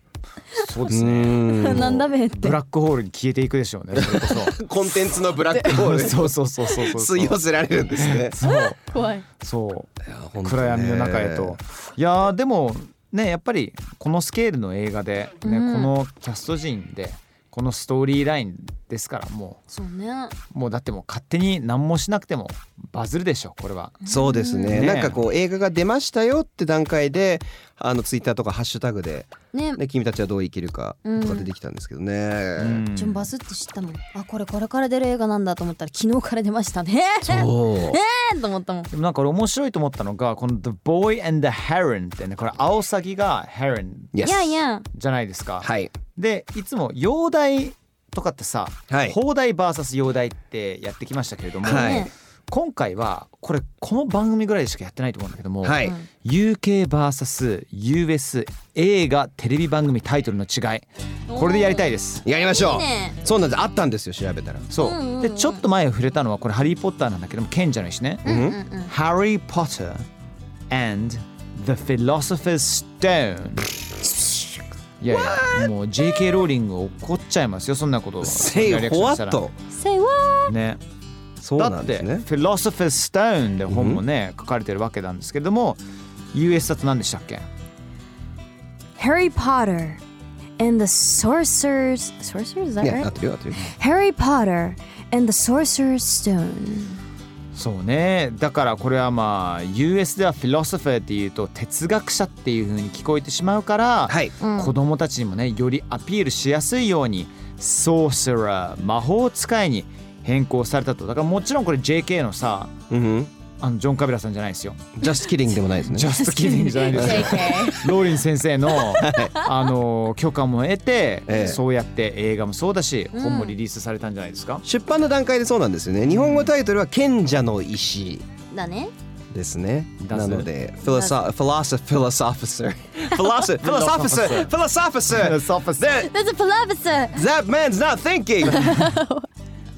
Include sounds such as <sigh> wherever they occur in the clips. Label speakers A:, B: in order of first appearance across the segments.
A: そうで
B: う
A: すね
B: ーん
C: <laughs> なんだべって
A: ブラックホールに消えていくでしょうねそれこ
B: <laughs> コンテンツのブラックホール
A: そそうそうそうそうそう
B: <laughs> 吸い寄せられるんですね
A: そう
C: 怖い
A: そう
B: いや本当ね
A: 暗闇の中へと。いやーでもねやっぱりこのスケールの映画で、ね
C: うん
A: このキャスト陣でこのストーリーラインですからも
C: そうね
A: うもうだってもう勝手に何もしなくてもバズるでしょこれは。
B: そうですね
A: ね
B: なんかこう映画が出ましたよって段階であのツイッターとかハッシュタグで
C: ね
B: ね、君たちはどう生きるかとか出てきたんですけどね、
A: うん
C: ちょバズって知ったもんあこれこれから出る映画なんだと思ったら昨日から出ましたね
B: そう
C: えーと思ったもん
A: でもなんか俺面白いと思ったのがこの「The Boy and the Heron」ってねこれアオサギが Heron
B: い
C: いやいや
A: じゃないですか。
B: はい
A: でいつも洋題とかってさ、
B: はい
A: 邦題 VS 洋題ってやってきましたけれども、
B: はい
C: ね
A: 今回はこれこの番組ぐらいでしかやってないと思うんだけども、
B: はい、
C: うん
A: UKVSUS 映画テレビ番組タイトルの違いこれでやりたいです
B: やりましょう
C: いいね
B: そうなんですあったんですよ調べたら
A: そう,、
C: うんうんうん
A: でちょっと前触れたのはこれ「ハリー・ポッター」なんだけども賢者の石ね、
C: うんうん
A: ハリー・ポッター and the Philosopher's Stone いやいやもう JK ローリング怒っちゃいますよそんなことを
B: Say
A: やりやすくしたら
B: what?
C: せいわ
A: ね
B: そう
A: だ
B: な
A: っ
B: ん
A: て
B: で
A: 「
B: すね
A: Philosopher's Stone」で本もね、書かれてるわけなんですけれども US だと何でしたっけ
C: 「ハリー・ポッター and the sorcerers sorcerers is
B: い
C: that
B: やなっ
C: right?
B: てるよなってるよ
C: Harry Potter and the sorcerer's stone
A: そうねだからこれはまあ US ではフィロソファーっていうと哲学者っていう風に聞こえてしまうから、
B: はい
A: 子供たちにもねよりアピールしやすいようにソーセラー魔法使いに変更されたとだからもちろんこれ JK のさ
B: うんうん
A: あのジョン・カビラさんじゃな
B: <laughs>
A: いですよ。
B: Just kidding でもないですね
A: ジャストキリンじゃないですよ。ローリン先生のあの許可も得て、
B: ええ
A: そうやって映画もそうだし、本もリリースされたんじゃないですか。
B: 出版の段階でそうなんですよね日本語タイトルは賢者の石
C: だね
B: ですね
A: だ
B: な
A: す
B: ので philosoph philosoph philosopher philosopher philosopher philosopher
A: ソファスで
C: That's a palaver
B: That man's not
C: <laughs>
B: thinking!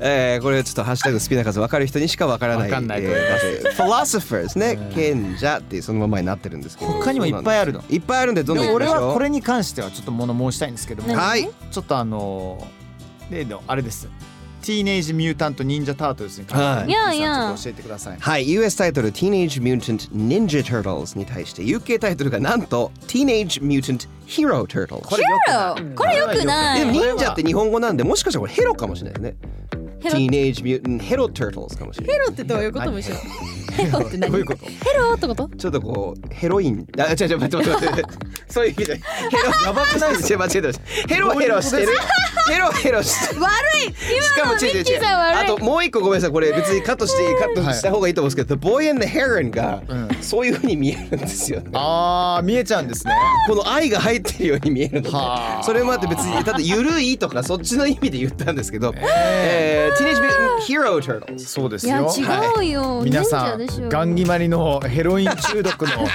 B: えー、これちょっとハッシュタグスピナカズ分かる人にしか分からない
A: 分かんない
B: え
A: と思い
B: ーフィロソファーですね賢者っていうそのままになってるんですけど
A: 他にもいっぱいあるの
B: いっぱいあるんでどんどん行きま
A: 俺
B: しょう
A: はこれに関してはちょっと物申したいんですけども、
B: はい
A: ちょっとあのー例のあれです。ティーネージミュータント忍者タートルズに関して、
C: はい
A: ミキさん
C: いやいや
A: ちょっと教えてください。
B: はい US タイトル Teenage Mutant Ninja Turtles に対して UK タイトルがなんと Teenage Mutant Hero Turtles
A: これよくない
C: これよくない
B: でも忍者って日本語なんでもしかしたらこれヘロかもしれないね
C: ヘロ
B: Teenage Mutant Hero Turtles かもしれない
C: ヘロってどういうことむしろヘロって何
A: どういうこと？
C: ヘロってこと
B: ちょっとこうヘロインあ違う違う待って待って待ってそういう意味じゃないヘロ
A: やばくないです
B: 間違えてましたヘロヘロしてるヘロヘロして
C: 悪い
B: し
C: 今
B: か
C: の
B: も
C: ミ
B: 違う違
C: ッ
B: う
C: キ
B: 違
C: ー
B: う
C: さん
B: あ
C: 悪い
B: ともう一個ごめんなさいこれ別にカットしてカットした方がいいと思うんですけど、The Boy and the Heron がそういう風に見えるんですよね
A: あー見えちゃうんですね。
B: この愛が入ってるように見えるの
A: はあ
B: それもあって別にただ「ゆるい」とかそっちの意味で言ったんですけど「えー、Teenage Mutant Hero Turtles
A: そうです
C: いや
A: よ。
C: 違うよ
A: 皆さ
C: 忍者でしょ
A: ん、ガンギマリのヘロイン中毒の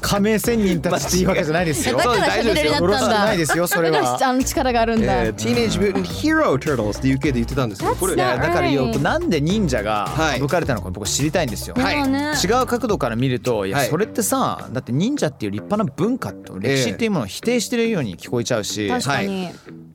A: 加盟専人たちっていうわけじゃな
C: <laughs>
A: いですよ。
C: だ
B: そ
C: か
B: う
C: ら喋れるようになっ
A: よろしくな
C: た
A: い
C: ん
A: で
C: だ
A: すよそれ
C: だ
A: は
C: からあの力があるん」だ、
B: えー「Teenage Mutant Hero Turtles」っていう系で言ってたんですけどこれ
C: That's
B: ね
C: not
B: だからよ
C: right.
A: なんで忍者が
B: はい
A: 省かれたのか僕知りたいんですよ。
C: はいなるほどね
A: 違う角度から見るといや
B: はい
A: それってさだって忍者っていう立派な文化と歴史っていうものを否定してるように聞こえちゃうし、
C: 確かに、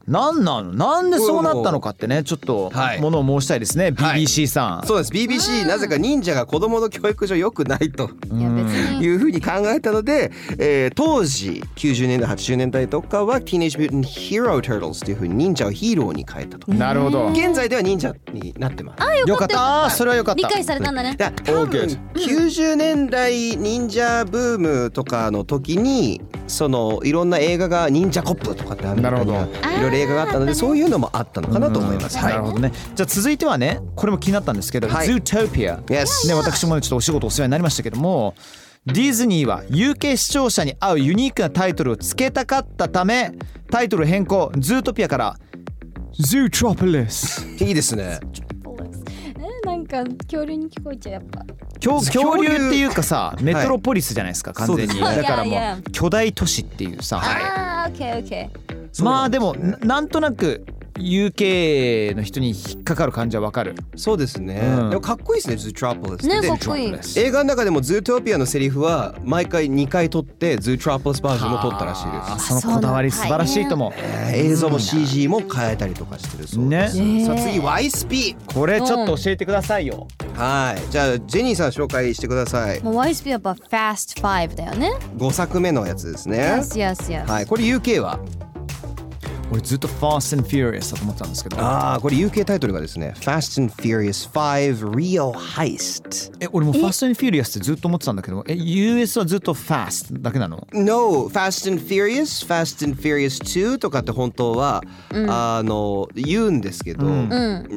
A: なんなのなんでそうなったのかってねちょっと
B: はい
A: ものを申したいですね、
B: はい
A: BBC さん。
B: そうです BBC なぜか忍者が子供の教育上良くないと
C: い、や別に
B: いうふうに考えたので、えー当時90年代80年代とかは Teenage Mutant Hero Turtles というふうに忍者をヒーローに変えたと
A: なるほど。
B: 現在では忍者になってます
A: よかった。あーそれはよかった。
C: 理解されたんだね
B: だ多分
A: All
B: 90年代忍者ブームとかの時にそのいろんな映画が忍者コップとかってアメリカに
A: な
B: は
A: る
C: ど
B: いろいろ映画があったのでそういうのもあったのかなと思います。
A: なるほどね。じゃあ続いてはね、これも気になったんですけど、
B: はい
A: Zootopia。
B: Yes
A: ね、私もねちょっとお仕事お世話になりましたけども、ディズニーは UK 視聴者に合うユニークなタイトルを付けたかったため、タイトル変更、Zootopia から Zootropolis。
B: いいですね。
C: えなんか恐竜に聞こえちゃうやっぱ
A: 恐恐
B: 恐竜
A: 竜っていうかさ、メトロポリスじゃないですか、完全
C: そ
A: に。
C: うです
A: だから
C: い
A: も
C: やいや
A: う巨大都市っていうさ、
C: あーオッケーオッケ
A: まあでもななんとなく UK の人に引っかかる感じはわかる。
B: そうですね。
A: うん
B: でもかっこいいですね。ズートラポリス。
C: ね
B: で
C: かっこいい
B: 映画の中でもズートピアのセリフは毎回2回撮ってズートラポリスバージョンも撮ったらしい
A: あ
B: です。
A: そのこだわり素晴らしいと思う。
B: 映像も CG も変えたりとかしてるそうです。
A: ね
B: さあ次 YSP。
A: これちょっと教えてくださいよ。
B: はい。じゃあジェニーさん紹介してください
C: ー。もう YSP やっぱ Fast Five だよね
B: 5作目のやつですね。
C: Yes yes yes
B: はい。これ UK は
A: 俺ずっと Fast and Furious だと思ってたんですけど。
B: ああこれ UK タイトルがですね Fast and Furious 5 Rio Heist。
A: え、俺も Fast and Furious ってずっと思ってたんだけど、え、US はずっと Fast だけなの
B: No, Fast and Furious, Fast and Furious 2とかって本当は、あの言うんですけど、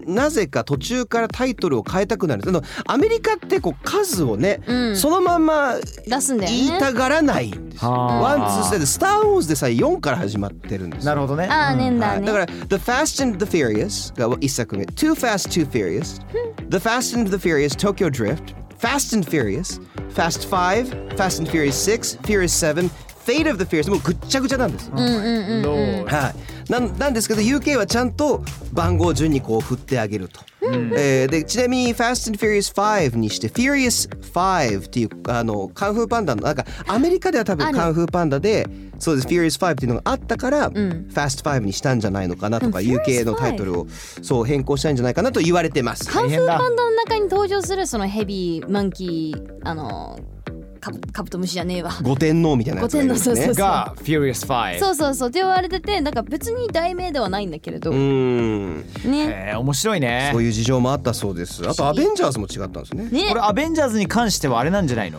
B: なぜか途中からタイトルを変えたくなる。あのアメリカってこう数をね、そのまま
C: 出すんだよね
B: 言いたがらないんですよ。ワンツースリーでスター・ウォーズでさえ4から始まってるんですよ
A: なるほどね。
C: ああねんだ
B: はい
C: ね
B: だから「The Fast and the Furious」が1作目「Too Fast Too Furious」「The Fast and the Furious Tokyo Drift」「Fast and Furious」「Fast 5」「Fast and Furious 6」「Furious 7」「Fate of the Furious」もうぐっちゃぐちゃなんです、
A: どう
B: はい、なんなんですけど UK はちゃんと番号順にこう振ってあげると、えーでちなみに「Fast and Furious 5」にして「Furious 5」っていうあのカンフーパンダのなんかアメリカでは多分カンフーパンダでそうです「Furious 5」っていうのがあったから「Fast 5」にしたんじゃないのかなとか
C: でも
B: UK
C: Furious
B: のタイトルをそう変更したんじゃないかなと言われてます。
C: カンフ
A: 変
C: ー
A: だ
C: パンダの中に登場するそのヘビーマンキーあのカブカブトムシじゃねえわ
B: 五天王みたいなやつがいるんですね
C: 五天王そうそう
A: が Furious 5。
C: そうそうそうって言われててなんか別に題名ではないんだけれど、
B: うーん
C: ね
A: えー、面白いね
B: そ。ういう事情もあったそうです。あと「アベンジャーズ」も違ったんですね。
C: ね
A: これアベンジャーズに関してはあれなんじゃないの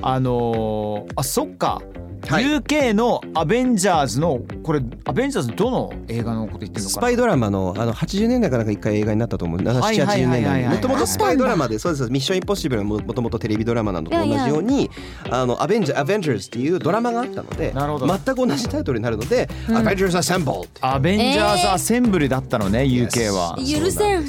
A: あのー、あそっか、
B: はい
A: UK のアベンジャーズのこれアベンジャーズどの映画のこと言ってるの
B: ス
A: か
B: パ
A: な
B: イドラマのあの80年代かなんか一回映画になったと思う7 7 80年代にもともとスパイドラマでそうですそうですミッションインポッシブルももともとテレビドラマなどと同じようにあのアベンジャーアベンジャーズっていうドラマがあったので
A: なるほど
B: 全く同じタイトルになるので、アベンジャーズアセンブルって
A: アベンジャーズ・アセンブルだったのね、UK は
C: 許せん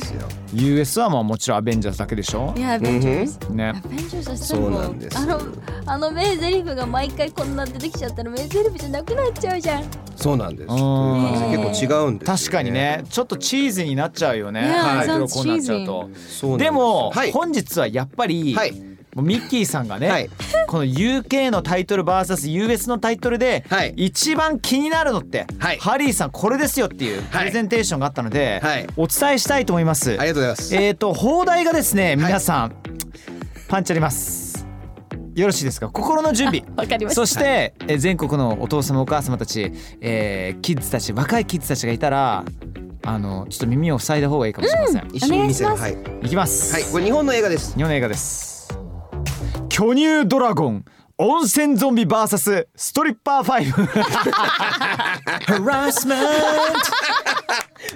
A: US はまあもちろんアベンジャーズだけでしょ
C: いやアベンジャーズ、
A: ね
C: アベンジャーズは
B: そうなんです
C: あのあの名台詞が毎回こんな出てきちゃったら名台詞じゃなくなっちゃうじゃん
B: そうなんです
A: ん
B: という感じで結構違うんですよ
A: 確かにねちょっとチーズになっちゃうよね、
C: Yeah,
A: タイトル
C: sounds
A: こうなっちゃうと
B: そうなんです
A: でも、
B: はい
A: 本日はやっぱり、
B: はい
A: もうミッキーさんがね、
B: はい
A: この UK のタイトル VSUS のタイトルで、
B: はい
A: 一番気になるのって、
B: はい
A: ハリーさんこれですよっていうプレゼンテーションがあったので、
B: はい
A: お伝えしたいと思います。
B: ありがとうございます
A: えっ、と放題がですね皆さん、パンチありますよろしいですか心の準備
C: わかりました
A: そして、えー全国のお父様お母様たち、えーキッズたち若いキッズたちがいたらあのちょっと耳を塞いだ方がいいかもしれません、
B: 一緒に見せる
C: お
B: は
C: 願い
B: い、
A: いきます、
B: はい、これ日本の映画です
A: 日本の映画です巨乳ドラゴン温泉ゾンビ VS
C: <laughs>
A: <laughs> ストリッパー5ハラスメン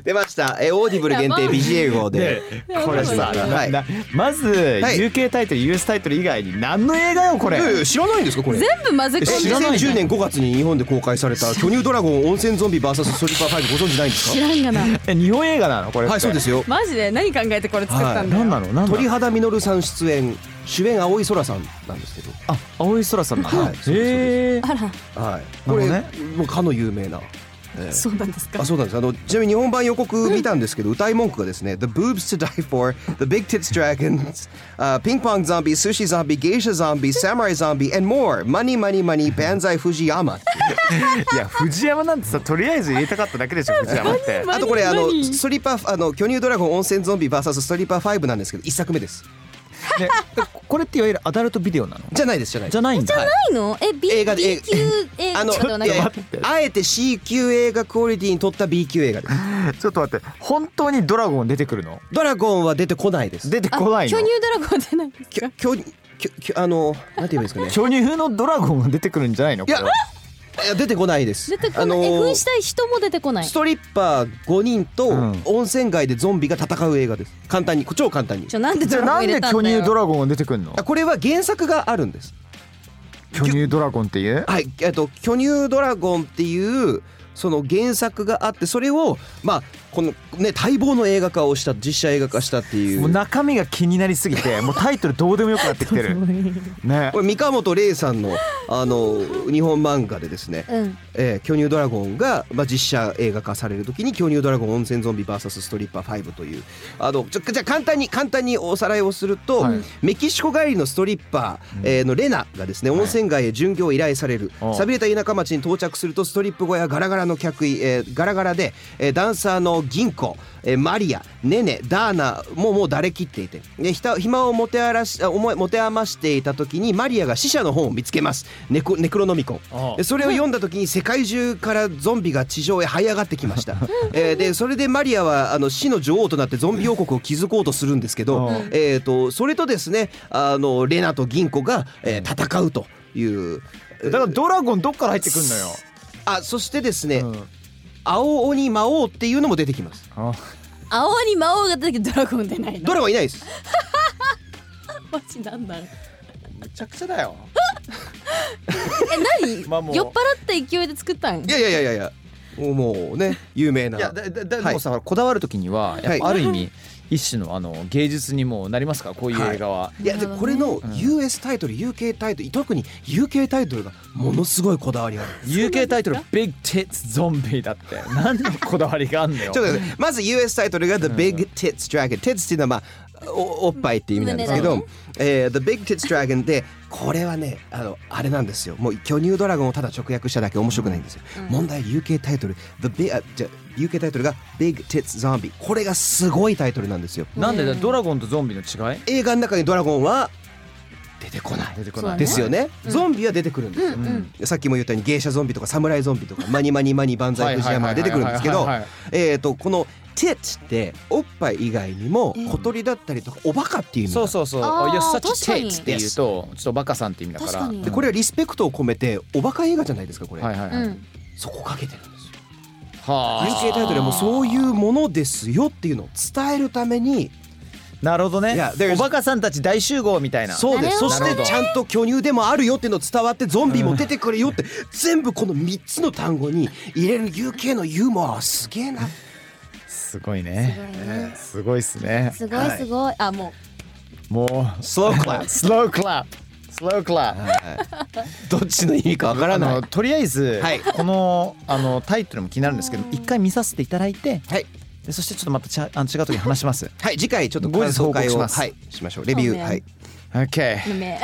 B: 出ました。えオーディブル限定 BG 英語で
C: <laughs>
A: で。これさ、
B: はい
A: ななまず、
B: い
A: UK タイトル US タイトル以外に何の映画よこ
B: い
A: れ
B: やいや知らないんですかこれ。
C: 全部混ぜ
B: え
C: 込ん
A: 知
C: で
A: らない
B: 2010年5月に日本で公開された巨乳ドラゴン温泉ゾンビ VS ストリッパー5ご存知ないんです
C: 知
B: から
C: んがな
A: え日本映画なのこれって
B: はいそうですよ
C: マジで何考えてこれ作ったんだよ、
A: 何なの何な
B: 鳥
A: の
B: 肌実さん出演主演青井空さんなんですけど
A: あ青い空さんだ
B: はいそうです
A: へえ
C: あら
B: はい
A: な
B: こ
A: るほ
B: れ
A: どね
B: もうかの有名な
C: そうなんですか
B: あそうなんですあのちなみに日本版予告見たんですけど歌い文句がですね「The boobs to die for The big tits dragons、uh, Ping pong zombie sushi zombie geisha zombie samurai zombie and more money money money banzai fujiyama っていう」
A: いや藤山なんてさとりあえず入れたかっただけでしょ
C: <laughs>
A: 藤山って
B: あとこれあの
C: 何
B: ストリッパーあの巨乳ドラゴン温泉ゾンビ VS ストリッパー5なんですけど一作目です
A: でこれっていわゆるアダルトビデオなの
B: じゃないですじゃないです
A: じゃないんだ
C: ないのえ B
B: 映画
C: B
B: で
C: 級映画
B: あの
C: と同じ
B: いやあえて C 級映画クオリティに撮った B 級映画です
A: ちょっと待って本当にドラゴン出てくるの
B: ドラゴンは出てこないです
A: 出てこないの
C: 巨乳ドラゴンじゃないんですか
B: きょきょきょあのなんて言えばいいですかね
A: 巨乳のドラゴンが出てくるんじゃないのこ
B: い
A: れ
B: や
A: はい
B: や出てこないです
C: 出てこ
B: あ
C: ない、
B: の
C: え
B: ー
C: 扮したい人も出てこないち
B: ス
C: ょ
B: トリッパー5人と
A: ん
B: 温泉街でゾンビが戦う映画です簡単に超簡単に
C: なんで
A: じ
C: ド
A: ゃ
C: ラゴン
A: あなん
C: 入れ
A: で
C: たん
A: 巨
C: だよ
A: 乳ドラゴンが出てくるの
B: あこれは原作があるんです
A: 巨乳ドラゴンっていう
B: はい、えっと巨乳ドラゴンっていうその原作があってそれをまあこのね待望の映画化をした実写映画化したってい
A: もう
B: う。
A: 中身が気になりすぎてもうタイトルどうでもよくなってきてるね
B: これ三河本玲さんのあの日本漫画でですね、
C: うん
B: えー巨乳ドラゴンが、まあ、実写映画化される時に巨乳ドラゴン温泉ゾンビ VS ストリッパー5というあのちょじゃあ簡単に簡単におさらいをすると、
A: はい
B: メキシコ帰りのストリッパー、えーのレナがですね温泉街へ巡業を依頼される、
A: おう
B: 寂れた田舎町に到着するとストリップ小屋ガラガラの客位、えーガラガラで、えーダンサーの銀行、えーマリアネネダーナももうだれきっていてでひた暇を持てあらしあ思い持て余していた時にマリアが死者の本を見つけますネコネクロノミコン
A: おう
B: でそれを読んだ時に世界中からゾンビが地上へ這い上がってきま
A: <laughs>
B: した、えーでそれでマリアはあの死の女王となってゾンビ王国を築こうとするんですけど、
A: うん
B: えー、とそれとですねあのレナと銀子が、えー戦うという。
A: だからドラゴンどっから入ってくんのよ
B: あそしてですね、
A: うん
B: 青鬼魔王っていうのも出てきます
A: あ
C: 青に魔王が出てきてドラゴン出ないの
B: ドラゴンいないです
C: マジなんだろう
A: めちゃくちゃだよ
C: え何、
A: まあもう
C: 酔っ払った勢いで作ったん
B: いやいやいやいやいやもうもうね有名ない
A: やだだだ
B: は
A: で
B: い
A: もさ、こだわる時にはやっぱある意味一種のあの芸術にもなりますからこういう映画は、
B: いやでこれの US タイトル UK タイトル特に UK タイトルがものすごいこだわりある
A: UK タイトル「Big Tits ゾンビ」だって何のこだわりがあんのよ
B: ちょっと待ってまず US タイトルが The Big Tits Dragon Tits っていうのはまあおおっぱいっていう意味なんですけど、
C: 胸
B: えー The Big Tits Dragon でこれはねあのあれなんですよもう巨乳ドラゴンをただ直訳しただけ面白くないんですよ、問題は UK タイトル The Big あじゃ UK タイトルが Big Tits Zombie これがすごいタイトルなんですよ
A: なんでだドラゴンとゾンビの違い
B: 映画の中にドラゴンは出てこない
A: 出てこない
B: ですよね、ゾンビは出てくるんですよ、さっきも言ったように芸者ゾンビとか侍ゾンビとかマニマニマニ万歳藤山が出てくるんですけ
A: は
B: ど
A: いはいはいはい
B: えっとこの「テッ」っておっぱい以外にも小鳥だったりとかおバカっていう意味
A: そう
B: う
A: そうそう
C: あー
A: 「You're
C: 確
A: such
C: か
A: a
C: に
A: tits」って言うとちょっとバカさんって意味だから
C: 確かに
B: でこれはリスペクトを込めておバカ映画じゃないですかこれ、
A: はいはいうはい、
C: ん
B: そこかけてるんですよ
A: はあ
B: UK タイトルはもうそういうものですよっていうのを伝えるために
A: なるほどね
B: Yeah, there's-
A: おバカさんたち大集合みたいな
B: そうです
C: な
B: そ
C: るほ
B: し
C: どね
B: てちゃんと巨乳でもあるよっていうのを伝わってゾンビも出てくるよって全部この3つの単語に入れる UK のユーモアはすげえな
A: すごいねすごいっすね
C: すごいすごい、あも
A: もうスロー <laughs> クラップスロークラップスロークラッ
B: <laughs>
A: プ
B: どっちの意味かわから
A: あ
B: ない
A: のとりあえず、
B: はい
A: このあのタイトルも気になるんですけど一回見させていただいて
B: はい
A: でそしてちょっとまたちゃあの違う時に話します。
B: はい次回ちょっと
A: 後
B: 感
A: 日報
B: 想
A: 告
B: 会
A: し
B: を
A: ます
B: はいしましょうレビ
C: そ
B: ュ
C: う
B: ー
C: ね
B: はい
A: okay,
C: うめ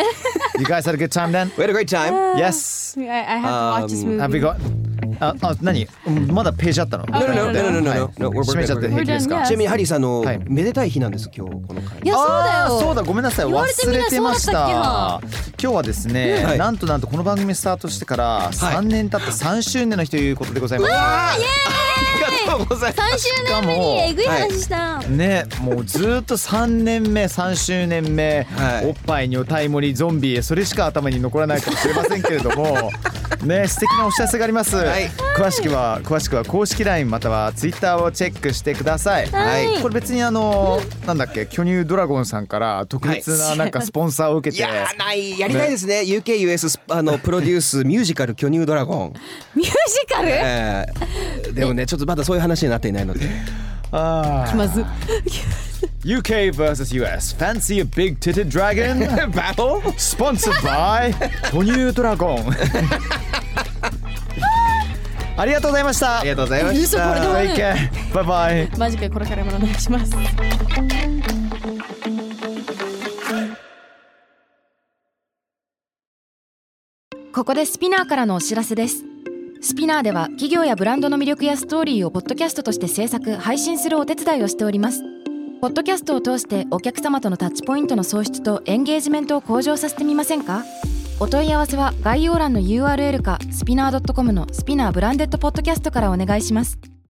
A: you guys had a good
C: <laughs>
A: time then?
B: We had a great time
A: Yes.
C: I, I have to watch this movie
A: Have we got? ああ何？まだページあったの
B: No no no no no no no
A: はい
B: no no we're- we're-
A: 閉めちゃって平気ですか
C: We're done, yes.
B: ちなみにハリーさんあの
A: はい
B: めでたい日なんです今日この回
C: いやそうだ
A: あー
C: よ
A: そうだごめんなさい
C: 言われて
A: 忘
C: みれ
A: れ
C: ば
A: てまし
C: そう
A: た
C: だ
A: 今日はですね、
B: はい
A: なんとなんとこの番組スタートしてから3年経って3周年の日ということでございます、
B: ありがとうございます
C: 3周年目にえぐい話した、
A: ねもうずーっと3年目3周年目、
B: はい <laughs>
A: おっぱいにおたいもりゾンビそれしか頭に残らないかもしれませんけれどもね素敵なお知らせがあります、
B: はい
A: 詳しくは詳しくは公式 LINE または Twitter をチェックしてください、
B: はい
A: これ別にあのなんだっけ巨乳ドラゴンさんから特別ななんかスポンサーを受け
B: い
A: て、
B: やーないやりたいですね UKUS スあのプロデュー
A: <laughs>
B: スミュージカル巨乳ドラゴン、
C: ミュージカル、
B: え
A: <laughs>
B: ーでもねちょっとまだそういう話になっていないので
A: あー
C: まず
A: UK vs US Fancy a Big Titted Dragon Battle Sponsored by 巨乳ドラゴンありがとうございました
B: ありがとうございました
C: 嘘これでも
A: Take care. Bye bye.
C: マジでこれからもお願いします
D: ここでスピナーからのお知らせですスピナーでは企業やブランドの魅力やストーリーをポッドキャストとして制作配信するお手伝いをしておりますポッドキャストを通してお客様とのタッチポイントの創出とエンゲージメントを向上させてみませんかお問い合わせは概要欄の URL かスピナー .com のスピナーブランデッドポッドキャストからお願いします